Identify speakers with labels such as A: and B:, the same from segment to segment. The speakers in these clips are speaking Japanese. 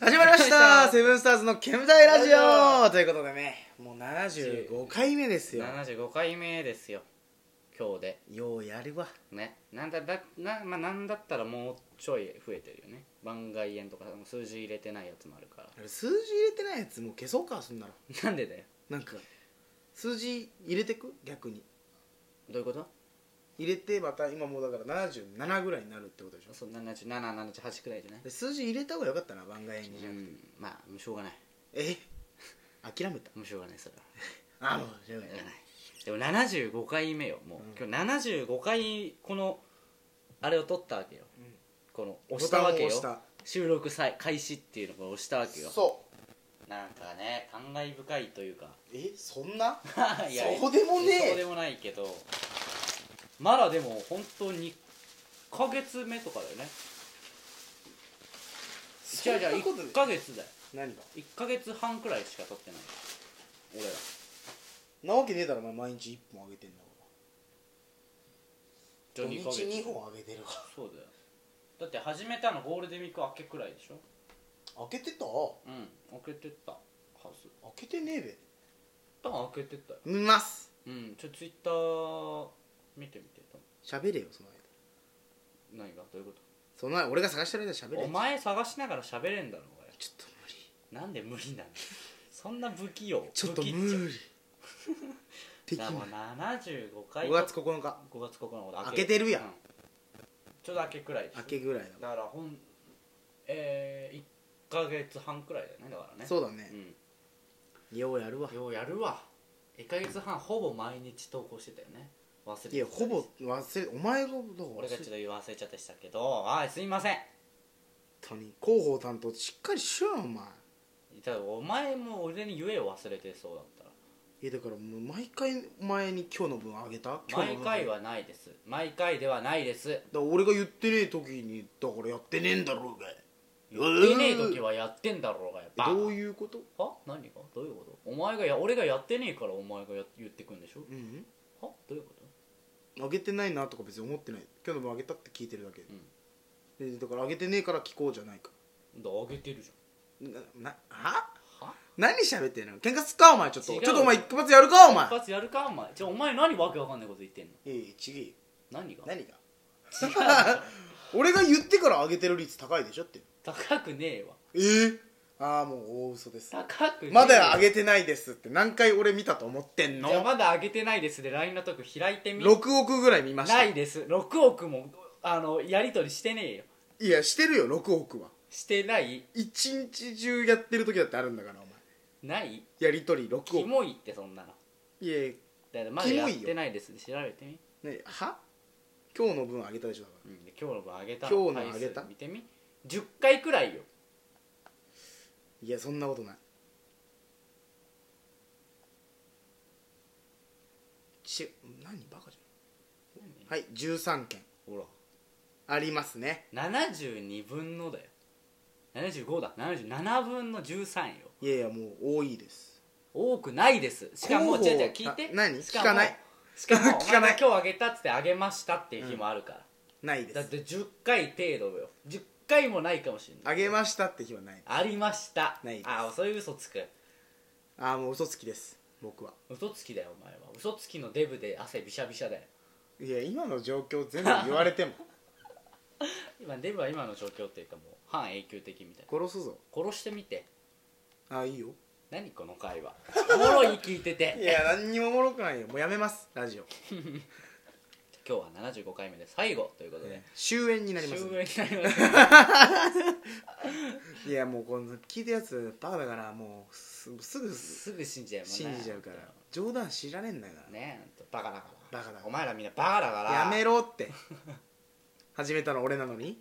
A: 始まりましたセブンスターズの煙たいラジオということでねもう75回目ですよ
B: 75回目ですよ今日で
A: ようやるわ
B: ねなんだだな,、まあ、なんだったらもうちょい増えてるよね番外縁とか数字入れてないやつもあるから
A: 数字入れてないやつもう消そうか そんなの
B: なんでだよ
A: なんか数字入れてく逆に
B: どういうこと
A: 入れてまた今もうだから77ぐらいになるってことでしょ
B: そう7778くらいじゃない
A: で数字入れた方がよかったな番外にじ
B: う
A: ゃなくて
B: んまあもうしょうがない
A: え諦めた
B: もうしょうがないそれは
A: あもうしょうが
B: しょ
A: な
B: う
A: い
B: がないでも75回目よもう、今日75回このあれを取ったわけよ、
A: ん
B: この押したわけよ
A: ボタンを押
B: 収録さい開始っていうのを押したわけよ
A: そ
B: なんかね感慨深いというか
A: うえそんな
B: いや
A: そうでもねえ
B: そうでもないけどまだでも本当に1ヶ月目とかだよね
A: そ
B: 違
A: ん
B: う
A: な
B: 違う
A: ことで
B: 1ヶ月だよ
A: 何が
B: 1ヶ月半くらいしか撮ってない俺ら
A: なわけねえだろお前毎日1本あげてんだ
B: じゃあ
A: から
B: 2
A: 土日
B: ヶ月
A: 2本あげてるわ
B: そうだよだって始めたのゴールデンウィーク明けくらいでしょ
A: 開けてた
B: うん開けてったはず
A: 開けてねえべ
B: 多分開けてったよ
A: 見ます
B: うんちょツイッター見てみて多
A: 喋れよその間
B: 分何がどういうこ
A: その間俺が探してる間喋れ
B: とお前探しながら喋れんだろお前
A: ちょっと無理
B: なんで無理なの そんな不器用
A: ちょっと
B: 不器
A: 無理で
B: ち
A: きな
B: ゃう
A: い
B: だからもう75回
A: 5月9日
B: 5月9日
A: 開けてるやん
B: うちょうど明けくらいでしょ
A: 明けぐらいだも
B: だからほんえー、1ヶ月半くらいだよねだから
A: ん
B: ね
A: そううだねようやるわ
B: んようやるわ1ヶ月半ほぼ毎日投稿してたよね忘れてた
A: いやほぼ忘れお前がだから
B: 俺がちょっ
A: 本
B: と言わせちゃったしたけどはいすいません
A: 当に広報担当しっかりしろよお前
B: ただお前も俺に言えを忘れてそうだったら
A: いやだからもう毎回お前に今日の分あげた今日の
B: 毎
A: 分
B: 回
A: だか
B: はないです毎回ではないです
A: ら俺が言ってねえ時にだからやってねえんだろうが
B: 言ってねえ時はやってんだろうがやっぱ
A: どういうこと
B: は何がどういうことお前がや俺がやってねえからお前がや言ってくんでしょ
A: うん
B: はどういうこと
A: あげてないなとか別に思ってない今日の分あげたって聞いてるだけで,、
B: う
A: でだからあげてねえから聞こうじゃないか
B: だからあげてるじ
A: ななは
B: ゃんは
A: 何喋ってんの喧嘩すっかお前ちょっと
B: 違う
A: ちょっとお前一発やるかお前
B: 一発やるかお前じゃあお前何わけわかんないこと言ってんの
A: いやいや違えよ
B: 何が
A: 何が俺が言ってから上げてる率高いでしょって
B: 高くねえわ
A: えー、ああもう大嘘です
B: 高くねえ
A: まだ上
B: げ
A: げてないですって何回俺見たと思ってん
B: じゃあ
A: の
B: まだ上げてないですで LINE のとこ開いてみ
A: 6億ぐらい見ました
B: ないです6億もあのやり取りしてねえよ
A: いやしてるよ6億は
B: してない
A: 一日中やってる時だってあるんだからお前
B: ない
A: やり取り6
B: キ
A: 億
B: モいってそんなの
A: いやいや
B: だからまだ
A: キ
B: や
A: モ
B: っ
A: いよ
B: てないですで調べてみ
A: ねは今日の分あげたでしょだか
B: うんで今日の分上げた
A: 今日の上げた
B: 回数見てみ10回くらいよ
A: らいやそんなことないち何バカじゃんはい13件
B: ほら
A: ありますね
B: 72分のだよ75だ77分の13よ
A: いやいやもう多いです
B: 多くないですしかも
A: 候補
B: 違う違う聞いて
A: あ何
B: しか
A: 聞
B: も
A: かない
B: しかも
A: 聞かない
B: お前が今日あげたっつってあげましたっていう日もあるから、
A: ないで
B: だっ
A: す
B: て10回程度よ10回もないかもしれない
A: あげましたって日はない
B: ありました
A: ないです
B: ああそういう嘘つく
A: ああもう嘘つきです僕は
B: 嘘つきだよお前は嘘つきのデブで汗びしゃびしゃだよ
A: いや今の状況全部言われ ても
B: 今デブは今の状況っていうかもう半永久的みたい
A: 殺すぞ
B: な殺してみて
A: ああいいよ
B: 何この会話おもろい聞いて
A: い
B: て
A: や何にもおもろくないよもうやめますラジオ、
B: 今日は75回目で最後ということで、
A: 終焉になり
B: 終
A: ます
B: 焉になります
A: いやもうこの聞いたやつバカだからもうすすぐ
B: すぐ信じちゃうもん
A: 信じちゃうから冗談知らねえんだから、
B: ねえバカだから
A: バカだから
B: お前らみんなバカだから
A: やめろって始めたの俺なの に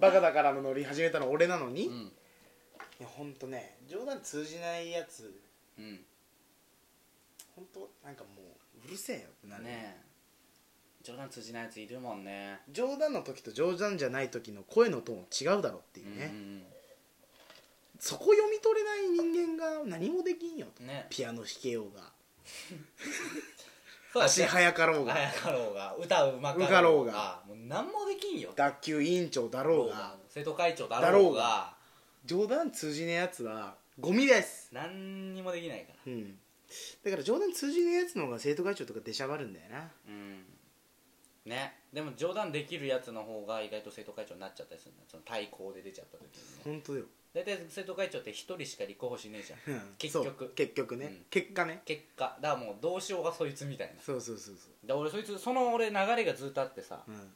A: バカだからのノリ始めたの俺なのに、
B: う
A: い
B: ん
A: やほんとね冗談通じないやつ
B: うん
A: ほんとなんかもううるせえよってなる
B: ねえ冗談通じないやついるもんね
A: 冗談の時と冗談じゃない時の声のトーン違うだろっていうね、
B: うんうん
A: そこ読み取れない人間が何もできんよと
B: うんね
A: ピアノ弾けようが
B: そうだ
A: 足早かろうが
B: 早かろうが歌うま
A: うまかろうが
B: もう何もできんよ
A: 脱臼委員長だろうが
B: 生徒会長だ
A: だろ
B: ろ
A: う
B: うが
A: 冗談通じねえやつはゴミです
B: 何にもできないから
A: うんだから冗談通じねえやつの方が生徒会長とか出しゃばるんだよな
B: うんねでも冗談できるやつの方が意外と生徒会長になっちゃったりするんだその対抗で出ちゃった時にね
A: 本当よ
B: 大体生徒会長って一人しか立候補しねえじゃん
A: うん
B: 結局
A: そう結局ね、
B: うん
A: 結果ね
B: 結果だからもうどうしようがそいつみたいな
A: そうそうそうそ
B: で俺そいつその俺流れがずっとあってさ
A: ううん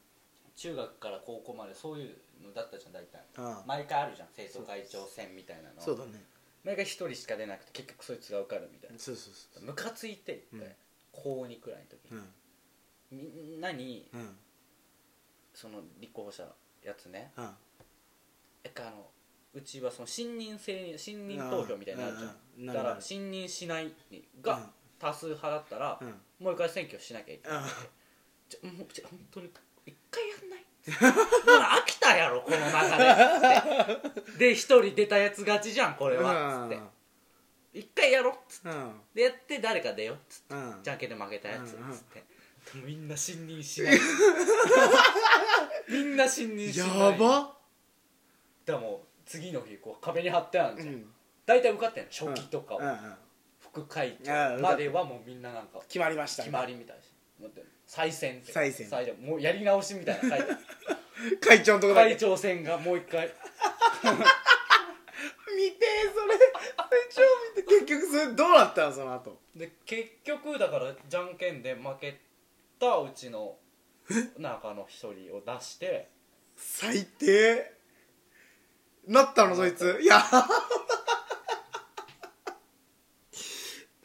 B: 中学から高校までそういうのだったじゃん大体
A: ああ
B: 毎回あるじゃん生徒会長選みたいなの
A: そうだね
B: 毎回一人しか出なくて結局そいつが受かるみたいな
A: そうそうそ
B: ムカついて一回、
A: うん
B: 高2くらいの時
A: ううん
B: みんなに
A: うんうん
B: その立候補者やつねなんかあのうちはその信任制に信任投票みたいになるじゃん
A: うんな
B: だ
A: るな
B: から
A: る
B: 信任しないが多数派だったら
A: うんうん
B: もう一回選挙しなきゃいけない
A: うん
B: ちょもうちょ本当に一回やんない ほら飽きたやろこの流れつってで一人出たやつ勝ちじゃんこれはつって一回やろっつって
A: うん
B: でやって誰か出ようつって
A: うん
B: じゃんけんで負けたやつつっ
A: うんうん
B: てでもみんな信任しない みんな信任しない
A: やば
B: でもう次の日こう壁に貼ってある
A: う
B: じゃん、
A: ん
B: 大体受かってんの初期とかを、
A: うんうん
B: 副会
A: あ
B: 長
A: あ
B: まではもうみんななんか
A: 決まりました
B: 決まりみたいし持ってる再選って
A: 再選
B: もうやり直しみたいな書いてある
A: 会長のとこだけ
B: 会長選がもう一回
A: 見てそれ会長見て結局それどうなったのその後
B: で結局だからじゃんけんで負けたうちの中の一人を出して
A: 最低なったのそいついや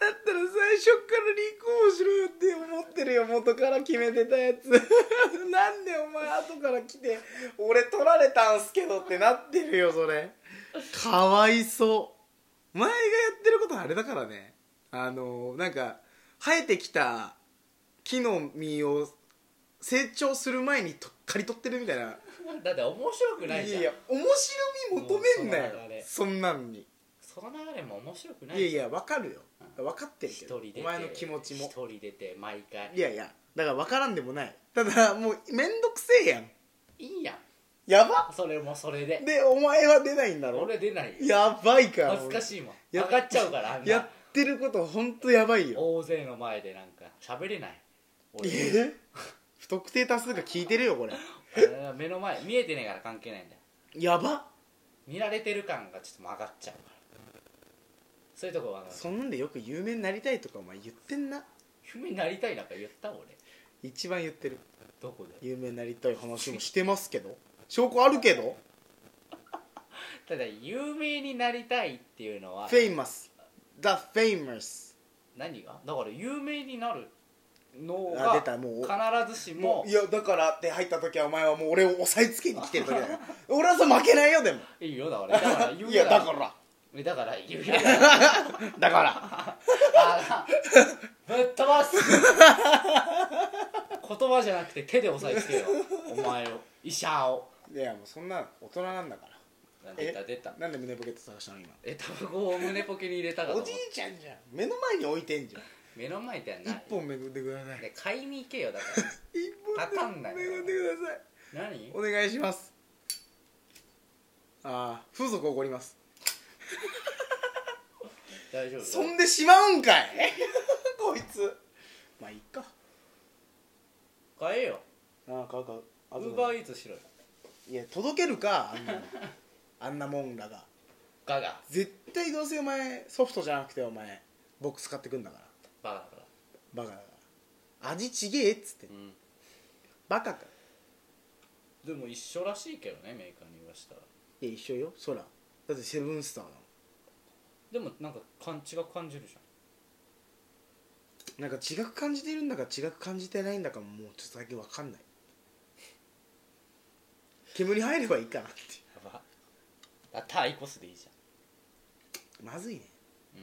A: だったら最初から立候補しろよって思ってるよ元から決めてたやつ なんでお前後から来て俺取られたんすけどってなってるよそれかわいそう前がやってることあれだからねあのなんか生えてきた木の実を成長する前にと刈り取ってるみたいな
B: だって面白くないじゃん
A: やいや面白み求めんなよ
B: もうその流れ
A: そんなんに
B: その流れも面白くない
A: いやいや分かるよ分かってる
B: 一
A: け
B: 人
A: ど
B: 出て
A: お前の気持ちも
B: 一人出て毎回
A: いやいやだから分からんでもないただもうめんどくせえやん
B: いいやん
A: やば
B: それもそれで
A: でお前は出ないんだろ
B: 俺出ないよ
A: やばいから
B: 恥ずかしいもん
A: や
B: 上がっちゃうからあん
A: や
B: な
A: ってることほんとやばいよ
B: 大勢の前でなんか喋れない俺
A: え不特定多数が聞いてるよこれ
B: 俺は目の前見えてねえから関係ないんだよ
A: やば
B: 見られてる感がちょっと曲がっちゃうからそういうとこはあの
A: そんなんでよく有名になりたいとかお前言ってんな
B: 夢になりたいなんか言った俺
A: 一番言ってる
B: どこで
A: 有名になりたい話もしてますけど証拠あるけど
B: ただ有名になりたいっていうのは
A: フェイマス The Famous
B: 何がだから有名になるの
A: あ
B: が
A: 出たもう
B: 必ずしも
A: もういやだからって入った時はお前はもう俺を押さえつけに来てる時だ よ俺はさ負けないよでも
B: いいよだからだから有
A: い
B: 名
A: やだから
B: らだから有名だ
A: だ
B: から
A: から
B: あーぶっ飛ばす言葉じゃなくて手で押さえつけよお前を医者を
A: いやもうそんな大人なんだから
B: なんで出た
A: え
B: 出た
A: なんで胸ポケット探したの今
B: えタバコを胸ポケに入れたかと
A: お
B: 思っ
A: じ
B: た
A: いちゃんじゃん目の前に置いてんじゃん
B: 目の前ではな
A: 一
B: い
A: 本めぐってください
B: で買いに行けよだから
A: 一
B: 立たんな
A: 本
B: い
A: めぐってください
B: 何
A: お願いしますああ風俗怒ります
B: 大丈夫
A: そんでしまうんかい こいつまあいいか
B: 買えよ
A: ああ買う買う
B: ウーバーイーツしろよ
A: いや届けるかあんなのあんなもんらが
B: ガガ
A: 絶対どうせお前ソフトじゃなくてお前ボックス買ってくんだから
B: バカだから
A: バカだから味ちげえっつって
B: うん
A: バカか
B: でも一緒らしいけどねメーカーに言わしたら
A: いや一緒よそらだってセブンスターだも
B: でもなんか感違う感じるじ
A: んなんか違く感じてるんだか違く感じてないんだかももうちょっとだけ分かんない煙入ればいいかなって
B: ゃんやばあタイコスでいいじ
A: まずいね
B: ゃん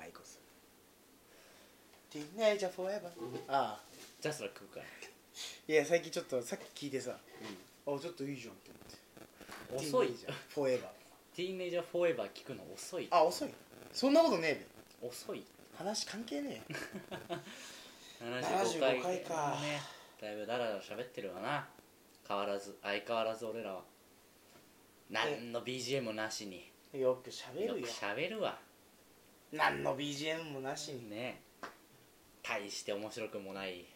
B: うん
A: アイコスティーネイジャーフォーエバーああ
B: じゃあそれ食うから
A: いや最近ちょっとさっき聞いてさ、あちょっといいじゃんって思って
B: 遅い
A: じゃんフォーエバー
B: ティーンエイジャーフォーエバー聞くの遅い
A: あ遅いそんなことねえべ
B: 遅い
A: 話関係ねえ75
B: 75回
A: 回か
B: ねだいぶダラダラ喋ってるわな変わらず相変わらず俺らは何の BGM もなしに
A: よく喋
B: よ
A: るよ
B: く喋るわ
A: 何の BGM もなしに
B: ね大して面白くもない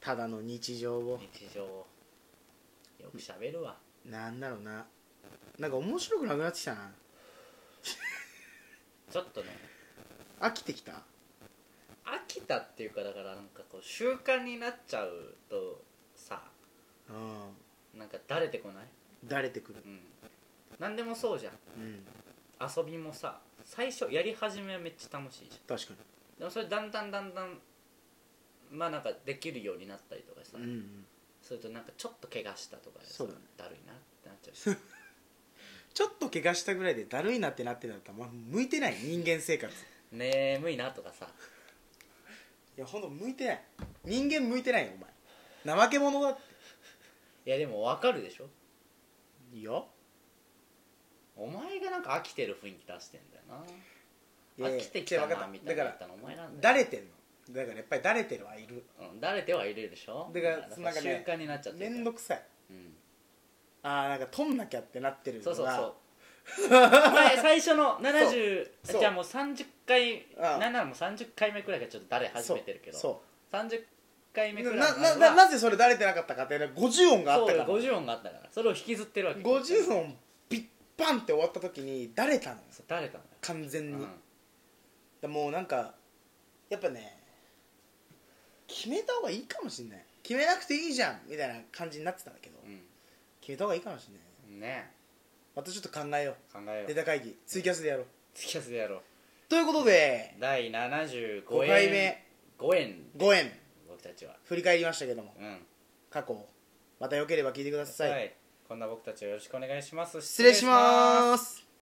A: ただの日常を
B: 日常をよく喋るわ
A: なんだろうななんか面白くなくなってきたな
B: ちょっとね
A: 飽きてきた
B: 飽きたっていうかだからなんかこう習慣になっちゃうとさ
A: うん
B: なんかだれてこない
A: だれてくる
B: うん何でもそうじゃん
A: うん
B: 遊びもさ最初やり始めはめっちゃ楽しいじゃん
A: 確か
B: でもそれだんだんだんだんまあなんかできるようになったりとかさ、
A: にうんうん
B: それとなんかちょっと怪我したとかでさ
A: そうだね
B: だるいなってなっちゃうし
A: ちょっと怪我したぐらいでだるいなってなってたら、まあ、向いてない人間生活い
B: 眠いなとかさ
A: やほんと向いてない人間向いてないよお前怠け者だって
B: いやでも分かるでしょ
A: いや
B: お前がなんか飽きてる雰囲気出してんだよ
A: いやい
B: な
A: や
B: 飽きてきた
A: 違う分か
B: な
A: った
B: みたいな
A: だ
B: 言
A: か
B: ったのお前なんだ
A: だ
B: よ
A: れてんのだからやっぱりだれてるはいる
B: うんだれてはいるでしょ
A: だから
B: さ
A: なんかね
B: 習慣になっちゃって
A: め
B: る
A: んどくさい
B: うん
A: あーなんか取んなきゃってなってるの
B: そう
A: が
B: そうそうお前最初の70
A: そう
B: じゃあもう30回
A: ああ
B: なんならもう30回目くらいがちょっとだれ始めてるけど
A: そう
B: 30回目
A: そう
B: くらい
A: な
B: ま
A: な
B: で
A: な
B: は
A: なぜそれだれてなかったかっていうのは50音があっ
B: そ
A: た
B: う
A: か
B: よ
A: ら
B: 50音があったからそれを引きずってるわけ
A: 50音ピッパンって終わった時にだれたの
B: そうだれたんだよ
A: 完全に、
B: うん
A: でもうなんかやっぱね決めた方がいいかもしんない決めなくていいじゃんみたいな感じになってたんだけど、決めた方がいいかもしんないね
B: うんね
A: またちょっと考えよ
B: 考え
A: うネ
B: よう
A: タ会議ツイキャスでやろう
B: 付き合わせでやろう
A: ということで
B: 第75
A: 5
B: 円
A: 回目
B: 5円
A: 5円
B: 僕たちは
A: 振り返りましたけども
B: うん
A: 過去をまたよければ聞いてください、
B: はいこんな僕たちをよろしくお願いします
A: 失礼します